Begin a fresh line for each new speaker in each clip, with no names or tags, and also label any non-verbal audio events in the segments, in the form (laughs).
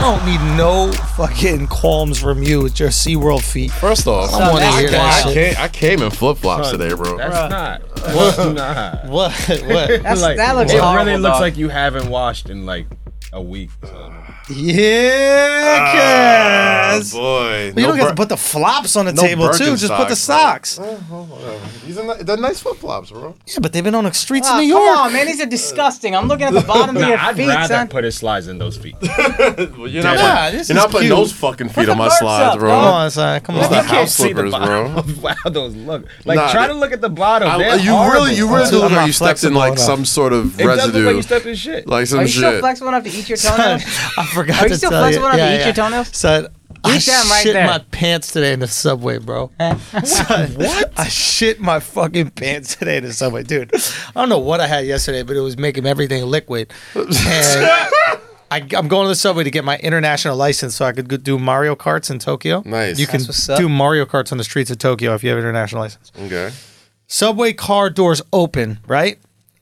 don't need no fucking qualms from you with your SeaWorld feet.
First off,
I wanna
I,
hear
came,
that
I,
shit.
came, I came in flip flops today, bro.
That's
(laughs)
not. That's not.
What? (laughs) What?
That's- that looks
it
horrible,
really looks
dog.
like you haven't washed in like a week. So.
yeah, Cass.
Ah, boy.
But you
Uh, No
don't get to
bur-
put the flops on the
no
table too. Just put the
Birkenstocks,
socks.
These are ni- they're nice flip flops, bro.
Yeah, but they've been on the streets
Ah,
of New
Come
York.
on, man. These are disgusting. I'm looking
(laughs)
at the bottom of
Nah,
your
I'd
feet,
rather
son.
put his slides in those
(laughs)
feet. (laughs)
well, you're not,
Yeah,
putting-
this
you're
is
not putting
cute.
those fucking feet on my
the birds
slides,
up,
bro.
Come on, son. Come
Those
on. (laughs)
are
You can't
house
see the
slippers,
bottom
bro.
of how those look. Like
Nah,
try
they-
to look at the bottom.
I-
They're
you
horrible.
really, you really
Dude,
do look
I'm
like
not
you stepped in
flexible
like
enough.
some sort of
It does look like
residue,
you stepped in shit.
like some
Are you still
shit.
flexible enough to eat your toenails?
I forgot
Are you
to
still
tell
flexible
you.
enough to eat your toenails?
Son, I
Eat them right
shit
there.
my pants today in the subway,
(laughs)
bro. Son, what? I shit my fucking pants today in the subway, dude. I don't know what I had yesterday, but it was making everything liquid. And I, I'm going to the subway to get my international license so I could go do Mario Karts in Tokyo.
Nice.
You can
That's what's up.
do Mario Karts on the streets of Tokyo if you have an international license.
Okay.
Subway car doors open, right?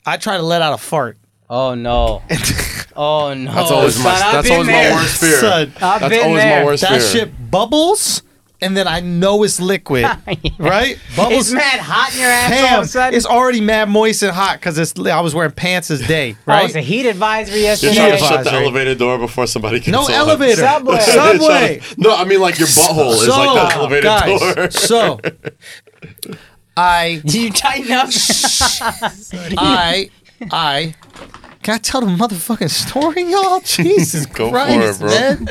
I try to let out a fart.
(laughs)
(laughs)
Oh no. Oh no.
That's always my.
son, I've
That's
been
always
there.
my worst fear.
Son,
I've
That's
been
always
there.
my worst
that
fear.
shit bubbles, and then I know it's
(laughs)
liquid, (laughs) right?
It's
Bubbles.
mad hot in your ass all
Ham
of a sudden.
it's already mad moist and hot because it's. I was wearing pants this
(laughs)
day,
Oh,
right?
it's a heat advisory
You're
yesterday.
trying to
Yeah.
shut the
Advisory.
elevator door before somebody gets
no
on.
elevator.
(laughs)
Subway.
Subway.
No, I mean like your butthole is like the elevator
guys,
door. (laughs)
so I,
(laughs) you tighten up?
I, I. Can I tell the motherfucking story,
(laughs)
y'all? Jesus
Go for
Christ,
it, bro.
man!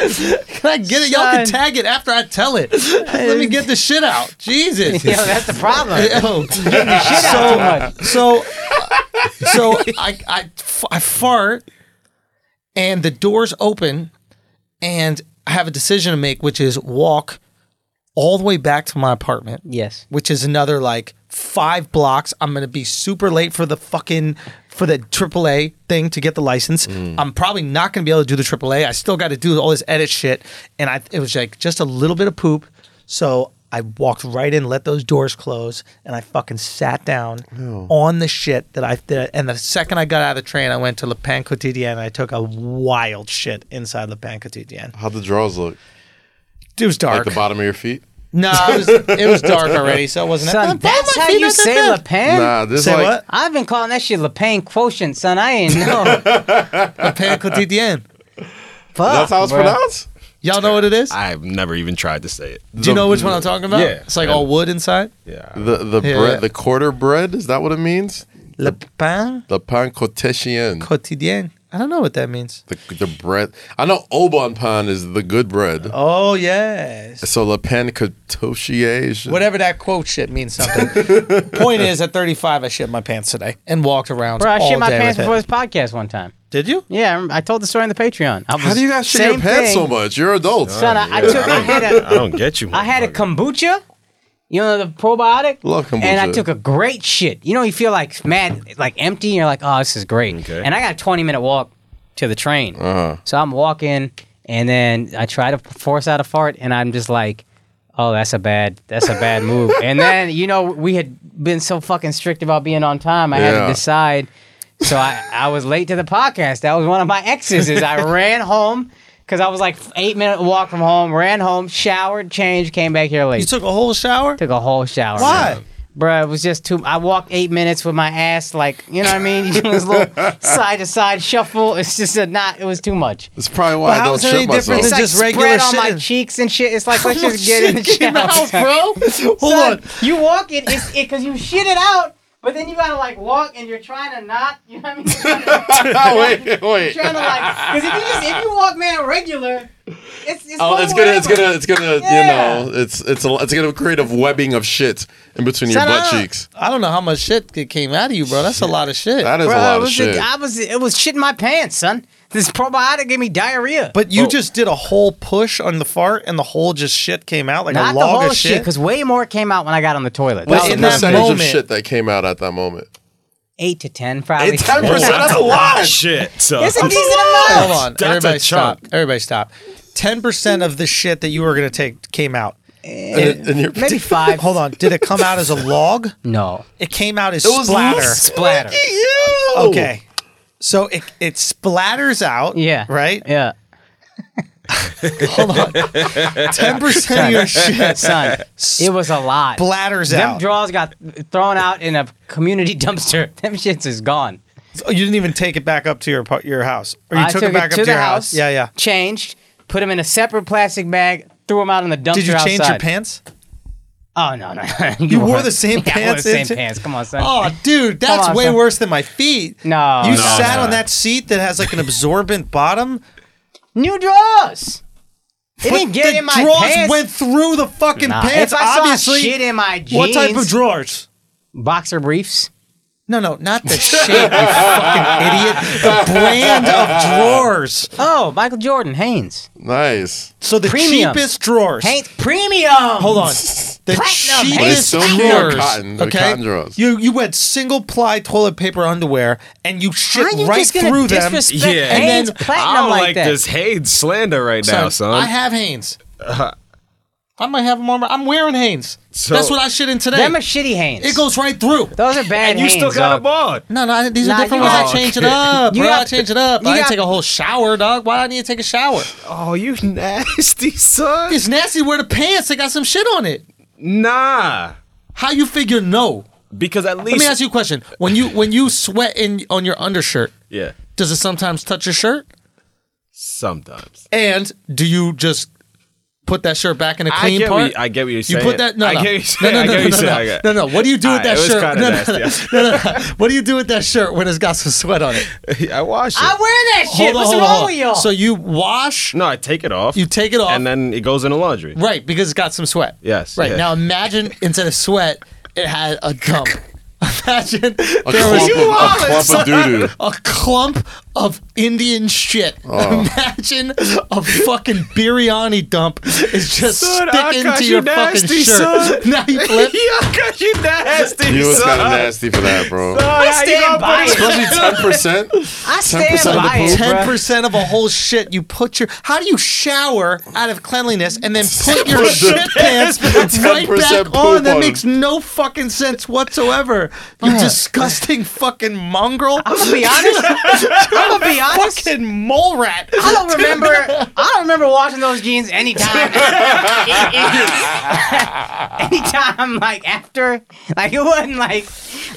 Can I get it? Y'all can
Son.
tag it after I tell it. Let me get the shit out.
(laughs)
Jesus.
Yo, that's the problem.
Yo.
Shit out too much.
So, so I, I, f- I fart, and the doors open, and I have a decision to make, which is walk all the way back to my apartment,
Yes.
which is another like five blocks. I'm gonna be super late for the fucking for the AAA thing to get the license.
Mm.
I'm probably not gonna be able to do the AAA. I still got to do all this edit shit, and I it was like just a little bit of poop, so. I walked right in, let those doors close, and I fucking sat down on the shit that I did. And the second I got out of the train, I went to Le Pan Quotidien and I took a wild shit inside Le Pan Quotidien.
How'd the drawers look?
It was dark.
Like the bottom of your feet?
No, it was, it was dark already, so it wasn't. that-
Son,
But
that's
my
how
feet
you
aren't that
say
bad.
Le Pen?
Nah, this
Say
like
what?
I've been calling that shit Le Pen quotient, son.
(laughs)
I ain't know. Fuck,
Le pain quotidien.
(laughs)
that's how it's
bruh.
pronounced.
Y'all know what it is?
I've never even tried to say it.
Do you know which one I'm talking about?
Yeah.
It's like all wood inside.
Yeah.
The the
Yeah,
bread,
yeah.
the quarter bread, is that what it means?
Le pain
The pan cotechien.
quotidien. I don't know what that means.
The, the bread. I know Obon pan is the good bread.
Oh yes.
So le pan cotochier is
Whatever that quote shit means something. Point is, at 35, I shit my pants today and walked around.
Bro, I
all
shit my
day
pants
with it.
before this podcast one time.
Did you?
Yeah, I rem- I told the story on the Patreon. I
How
was-
do you guys shit your
same
pants so
thing.
much? You're adults.
Son, I, I took. I
(laughs)
had a.
I don't get you.
(laughs) I had a
motherfucker.
kombucha. You know the probiotic.
Love kombucha.
And I took a great shit. You know, you feel like mad, like empty. And you're like, oh, this is great.
Okay.
And I got a 20 minute walk to the train.
Uh-huh.
So I'm walking, and then I try to force out a fart, and I'm just like, oh, that's a bad, that's
(laughs)
a bad move. And then you know, we had been so fucking strict about being on time. I had
Yeah.
to decide. So I, I was late to the podcast. That was one of my exes. Is
(laughs)
I ran home because I was like eight minute walk from home. Ran home, showered, changed, came back here late.
You took a whole shower.
Took a whole shower.
Why?
Bruh, it was just too. I walked eight minutes with my ass, like, you know what I mean? (laughs) You do this little side to side shuffle. It's just a not, it was too much.
That's probably why
Well,
I
how
don't
is there any
shit myself.
difference
It's
It's
like
just
spread
regular
on my
shit.
cheeks and shit. It's like, let's
Oh,
just get in the
shit came
shower. (laughs)
out, bro. Hold
Son,
on.
You walk it, it's it, cause you shit it out, but then you gotta like walk and you're trying to not, you know what I
(laughs)
mean? You're trying
(laughs)
to-
wait, wait.
You're trying to like, cause if you just if you walk man regular, it's it's,
Oh,
going
it's gonna, it's
wherever.
gonna, it's gonna,
Yeah.
you know, it's it's a, it's gonna create a webbing of shit in between
Son,
your
I
butt
don't-
cheeks.
I don't know how much shit that came out of you, bro. That's a lot of shit.
That is
Bruh,
a
it
lot of
was
shit.
I was it was shit in my pants, son. This probiotic gave me diarrhea.
But you just did a whole push on the fart, and the whole just shit came out like
Not
a
the
log
whole
of shit.
shit, because way more came out when I got on the toilet.
What's
That
the
in
was
that
percentage of
moment-
shit that came out at that moment?
eight to ten, probably.
Hey, ten percent. That's a lot.
shit. So
(laughs) It's
(laughs)
a decent
Hold
amount.
on,
That's a
everybody
chunk.
stop. Everybody stop. Ten percent of the shit that you were gonna take came out.
And, and your,
Maybe five.
Hold on, did it come out as a log?
No.
It came out as
It was
splatter.
little
Splatter.
Ew.
Oh.
Okay, so it it splatters out.
Yeah.
Right.
Yeah.
Hold
(laughs)
on. 10% of your shit
(laughs)
son. It was a lot.
bladders
Them
out.
draws got thrown out in a community (laughs) dumpster. Them shits is gone.
Oh, you didn't even take it back up to your pa- your house. Or you
I
took, it back up to,
the
your house. Yeah, yeah.
Changed, put them in a separate plastic bag, threw them out in the dumpster
Did you change your
outside.
pants?
Oh no, no. (laughs)
You wore the same
yeah, I wore the
pants
same
into-
pants. Come on, son.
Oh, dude, that's
on,
way
son.
worse than my feet.
No,
You
no,
sat
no.
on that seat that has like an absorbent bottom.
New draws. It didn't get
the
in my
drawers
pants.
went through the fucking
Nah,
pants.
if I saw
obviously,
shit in my jeans,
what type of drawers?
boxer briefs?
No, no, not (laughs) the shit, you fucking idiot. The brand of drawers.
Oh, Michael Jordan, Hanes,
Nice.
So the
Premium.
cheapest drawers.
Hanes premium.
Hold
(laughs)
on. The
Platinum,
But it's
cheapest
still
drawers.
more cotton. The cotton drawers.
You you had single ply toilet paper underwear and you shit
How you
right
just gonna
through them.
disrespect
Yeah,
And
Hanes
then-
I
platinum
don't like,
like that?
this Hades slander right now, son. Uh-huh.
I have Hanes. I might have them on. my- I'm wearing Hanes.
So-
That's what I shit in today.
Them are shitty Hanes.
It goes right through. (laughs)
Those are bad
and you still
Hanes,
got
dog.
a bond.
No, no, I- these
Nah,
are different
you
ones. I
got-
change it up,
You
bro. I
got-
change it up.
you
I didn't
got-
take a whole shower, dog. Why do I need to take a shower?
Oh, you (laughs) nasty son.
It's nasty to wear the pants. They got some shit on it.
Nah,
How you figure no?
because at
Let
least
me ask you a question. When you when you sweat in on your undershirt,
Yeah,
does it sometimes touch your shirt?
sometimes.
And do you just put that shirt back in a
I
clean
get,
part?
what you, I get what you're
you
saying.
put that no
I
no.
get what you're
(laughs)
saying.
no no
I get
no
what you're
no,
saying. I
no
get-
no no what do you do with
Alright,
that
it was
shirt
kinda
no, no,
nasty.
no, no, no. what do you do with that shirt when it's got some sweat on it
(laughs) I wash it.
I wear that shit. What's
hold
wrong
hold
with y'all?
so you wash
no, I take it off.
you take it off
and then it goes in the laundry.
right because it's got some sweat
Yes,
right
yeah.
now imagine instead of sweat it had a
(laughs)
dump imagine
A
there
clump,
was
of, a clump of doo doo.
a clump of Indian shit.
Oh.
Imagine a fucking biryani dump is just
Son, I
sticking
got
to
you
your fucking
nasty,
shirt.
son.
(laughs) Now
(laughs)
you flip.
yeah, cause you nasty.
You was
son.
kind of nasty for that, bro.
Son, how you
stand
gonna
by
put it-
Especially
(laughs)
ten percent.
I stand
10% of the
by
poop,
it.
Ten percent of a whole shit you put your. How do you shower out of cleanliness
(laughs)
and then put your
Put the
shit pants right
10%
back on?
poop
That
on.
makes no fucking sense whatsoever. You disgusting fucking mongrel.
I'm gonna be honest. I'm gonna be honest.
Fucking mole rat.
I don't remember. I don't remember washing those jeans anytime. anytime, like after, like it wasn't like,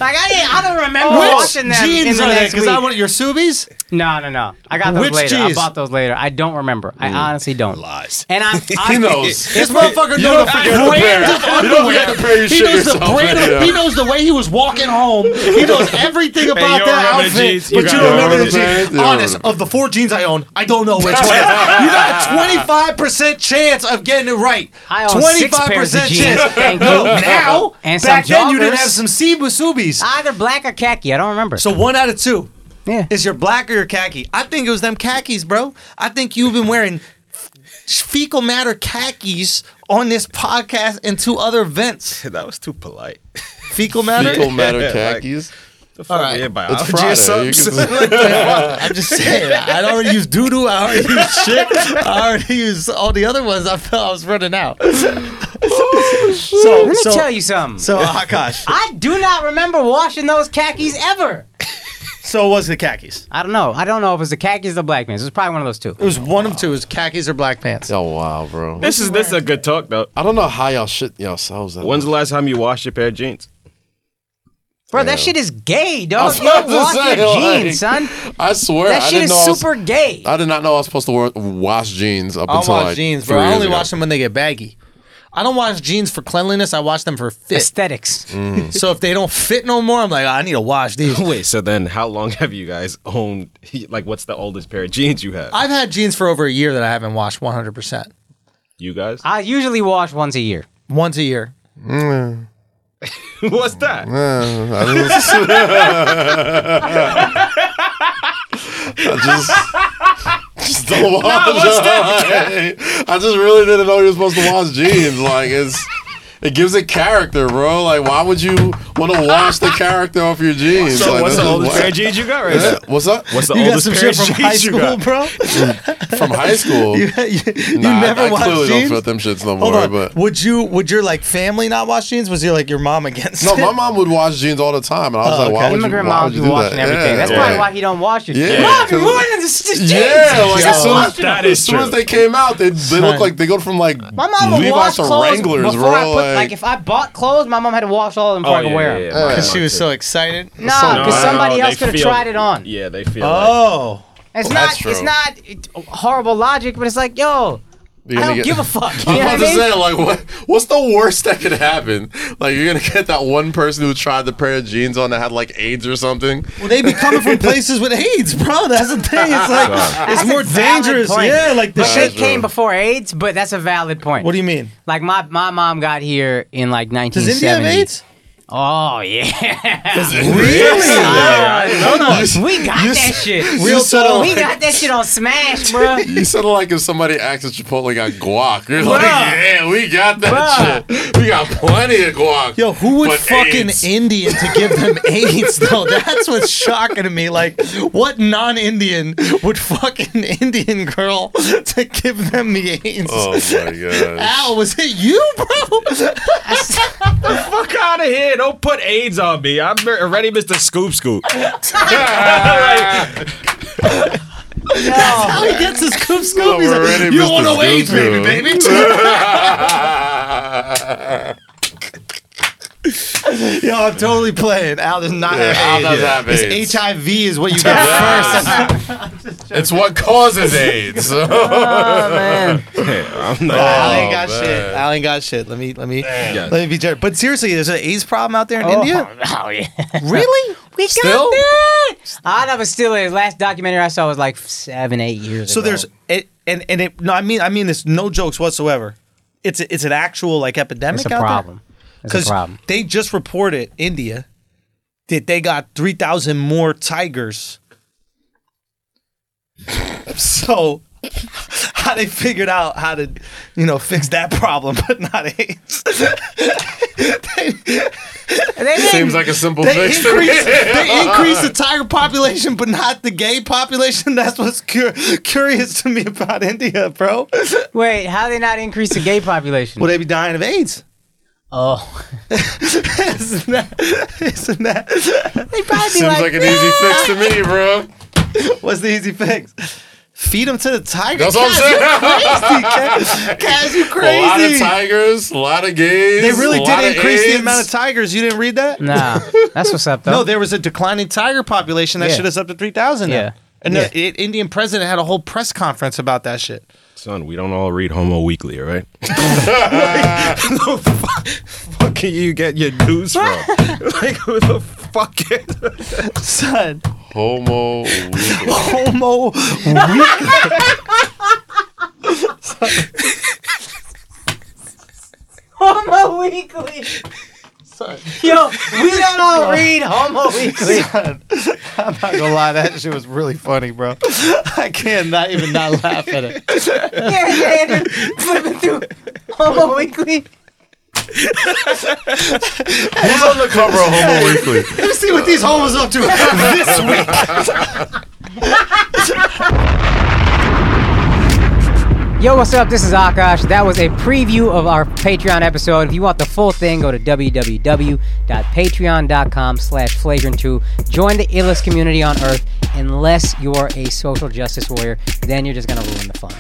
like I didn't. I don't remember
Which
washing them. in
jeans
the
are they?
next
Because I
week.
want your Subies.
No, no, no. I got those
Which
later. I
jeans?
bought those later. I don't remember. I honestly don't.
Lies.
And
(laughs)
I'm.
He
I'm
knows.
This motherfucker
You
knows
don't
the
forget to
brand
pair.
of
You don't
underwear.
forget to pair your
He
shit
knows the
yourself.
brand.
right
Of,
now.
he knows the way he was walking home.
(laughs)
He knows everything about
you
that
remember the
outfit.
jeans. You
but you
got
don't
it.
remember the
You remember
jeans.
the jeans.
Honest, of the four jeans I own, I don't know
(laughs)
which one. you got a twenty-five percent chance of getting it right.
I own six pairs of jeans. Thank you.
Now,
And
back
some
then, you didn't
joggers.
have some Subis.
Either black or khaki. I don't remember.
So one out of two.
yeah.
Is your black or your khaki? I think it was them khakis, bro. I think you've been wearing fecal matter khakis on this podcast and two other events.
(laughs) That was too polite.
Fecal matter?
Fecal matter
like-
khakis.
The fuck
right.
yeah, biology
Friday, you
or something.
can-
I'm just saying. I already used doo doo. I already used shit. I already used all the other ones. I felt I was running out. so,
Let me
so,
tell you something.
So, oh, Akash,
I do not remember washing those khakis ever.
so it was the khakis.
I don't know. I don't know if it was the khakis or the black pants. It was probably one of those two.
It was one of two. It was khakis or black pants.
(laughs) Oh wow, bro.
This is this is a good talk though.
I don't know how y'all shit yourselves. that
When's
much.
the last time you washed your pair of jeans?
Bro, that shit is gay,
I
dog.
was
You don't
about to
wash
say,
your
like,
jeans, son.
I swear, (laughs)
That
I
shit
didn't
is
know I was-
super gay.
I did not know I was supposed to wear, wash jeans up
I don't
until
wash
like
jeans,
three
bro. I
years
only
ago.
wash them when they get baggy. I don't wash jeans for cleanliness. I wash them for fit.
Aesthetics.
Mm.
So if they don't fit no more, I'm like, "Ah, I need to wash these.
(laughs) Wait, so then how long (laughs) have you guys owned? (laughs) Like, what's the oldest pair of jeans you have?
I've had jeans for over a year that I haven't washed 100%.
you guys? (laughs)
I usually wash once a year.
Once a year.
what's that?
I just, just don't wash. them. (laughs) I just really didn't know you were supposed to wash jeans. Like it's, it gives it character, bro. Like why would you want to wash the character off your jeans.
So
Like,
what's
this
the
is
oldest
why-
pair of jeans
(laughs)
you got right
Yeah,
now?
What's up?
What's the
You got
oldest
some
pair
shit
of
from high
jeans you
school,
got?
bro.
From high
(laughs)
school?
you, you
nah, I-
never
I,
washed
clearly
jeans.
don't fit them shits no
Hold
more.
on.
But
Would you? Would your like family not wash jeans? Was your like your mom against?
no,
it?
my mom would wash jeans all the time, and I was
Oh,
like, why
okay.
would you?
Immigrant
why would
moms
you
be
do
watching
that?
everything.
Yeah,
That's
yeah.
probably why he don't wash your shit.
Yeah.
Mom, you
'cause-
ruining this this jeans.
Yeah, like as
Just
soon
wash
as,
them.
That
as
is
soon
true.
as they came out, they, they look like they go from like
My mom would
Levi's
wash
to
clothes
Wranglers,
before
bro.
I put, like,
like,
if I bought clothes, my mom had to wash
Oh,
all of them before I could wear them.
mine
Because (laughs) she
are
was
too.
so excited.
Nah,
No,
because
no,
somebody
no,
else
they
could have
feel-
tried it on.
Yeah, they feel. like,
Oh.
It's
Well,
not,
that's true.
it's not it- horrible logic, but it's like, yo, I don't give
(laughs)
a fuck. You
I'm
know what
about
I
to
mean?
say, like, what, what's the worst that could happen? Like, you're gonna get that one person who tried the pair of jeans on that had like AIDS or something.
Well, they be coming from places with AIDS, bro. That's the thing. It's like it's
That's
more
a valid
dangerous.
point.
Yeah, like the
But
shit.
it came before AIDS, but that's a valid point.
What do you mean?
Like my, my mom got here in like 1970.
Does India have AIDS?
Oh yeah, (laughs)
Really?
no, we got that
(laughs)
shit.
Real
Real talk.
we got that shit on Smash,
(laughs)
bro. (laughs)
You sound like if somebody asked if Chipotle got guac. You're like,
Bruh.
yeah, we got that shit. We got plenty of guac.
Yo, who would
But
fucking
AIDS.
Indian to give
(laughs)
them AIDS though? That's what's shocking to me. Like, what non-Indian would fucking Indian girl to give them the AIDS?
Oh my god. (laughs)
Al, was it you, bro?
Oh,
Fuck out of here! Don't put AIDS on me. I'm already Mr. Scoop
(laughs)
Scoop. Like,
How he gets his scoop
Oh,
scoop?
we're
He's like,
already
you
Mr.
want no AIDS, baby,
Scoop-Scoop."
baby. Yo, I'm totally playing. Al does not
Yeah, Al
have
does
AIDS.
have
It's
AIDS.
HIV is what you get first.
It's what causes AIDS. (laughs)
Oh,
I'm not.
Al ain't got
Oh, man.
shit. Al ain't got shit. Let me let me
Yes.
let me be generous. But seriously, there's an AIDS problem out there in India.
Oh, yeah. (laughs)
Really?
We got
Still?
that. I never still is. Last documentary I saw was like seven, eight years
So
ago.
there's it, and and it. No, I mean I mean this. No jokes whatsoever. It's a, it's an actual like epidemic.
it's a
out there?
problem. It's a problem.
they just reported India that they got three thousand more tigers. so how they figured out how to you know fix that problem, but not AIDS.
They didn't-
Seems like a simple
They
fix. to me.
increase, they increase the tiger population, but not the gay population. That's what's cur- curious to me about India, bro. Will
wait, how they not increase the gay population?
they be dying of AIDS?
oh, (laughs)
isn't that? Isn't that?
they probably be
Seems
like,
like an easy fix to me, bro.
What's the easy fix? Feed them to the tiger.
That's what I'm saying.
saying. Kaz, you
(laughs) A lot of
crazy.
tigers, a lot of gays.
They really
a lot
did
of
increase the
AIDS.
amount of tigers. You didn't read that?
nah, that's what's up though.
No, there was a declining tiger population. That
Yeah.
shit is up to 3,000 now.
Yeah.
And
Yeah.
the I- Indian president had a whole press conference about that shit.
Son, we don't all read Homo Weekly, all (laughs) right? Where the fuck, fuck can you get your news from? (laughs) like, who the fuck is-
Son, (laughs)
Homo. weekly.
homo.
Homo Weekly. Yo, we don't all read Homo
(laughs)
Weekly.
I'm not gonna lie, that shit was really funny, bro. I cannot even (laughs) not laugh at it.
yeah, yeah, dude. Flipping through Homo Weekly.
Who's on the cover of Homo Weekly?
Let me see what these homos up to (laughs) this week.
Yo, what's up? This is Akash. That was a preview of our Patreon episode. If you want the full thing, go to www.patreon.com slash flagrant2. Join the illest community on earth. Unless you're a social justice warrior, then you're just going to ruin the fun.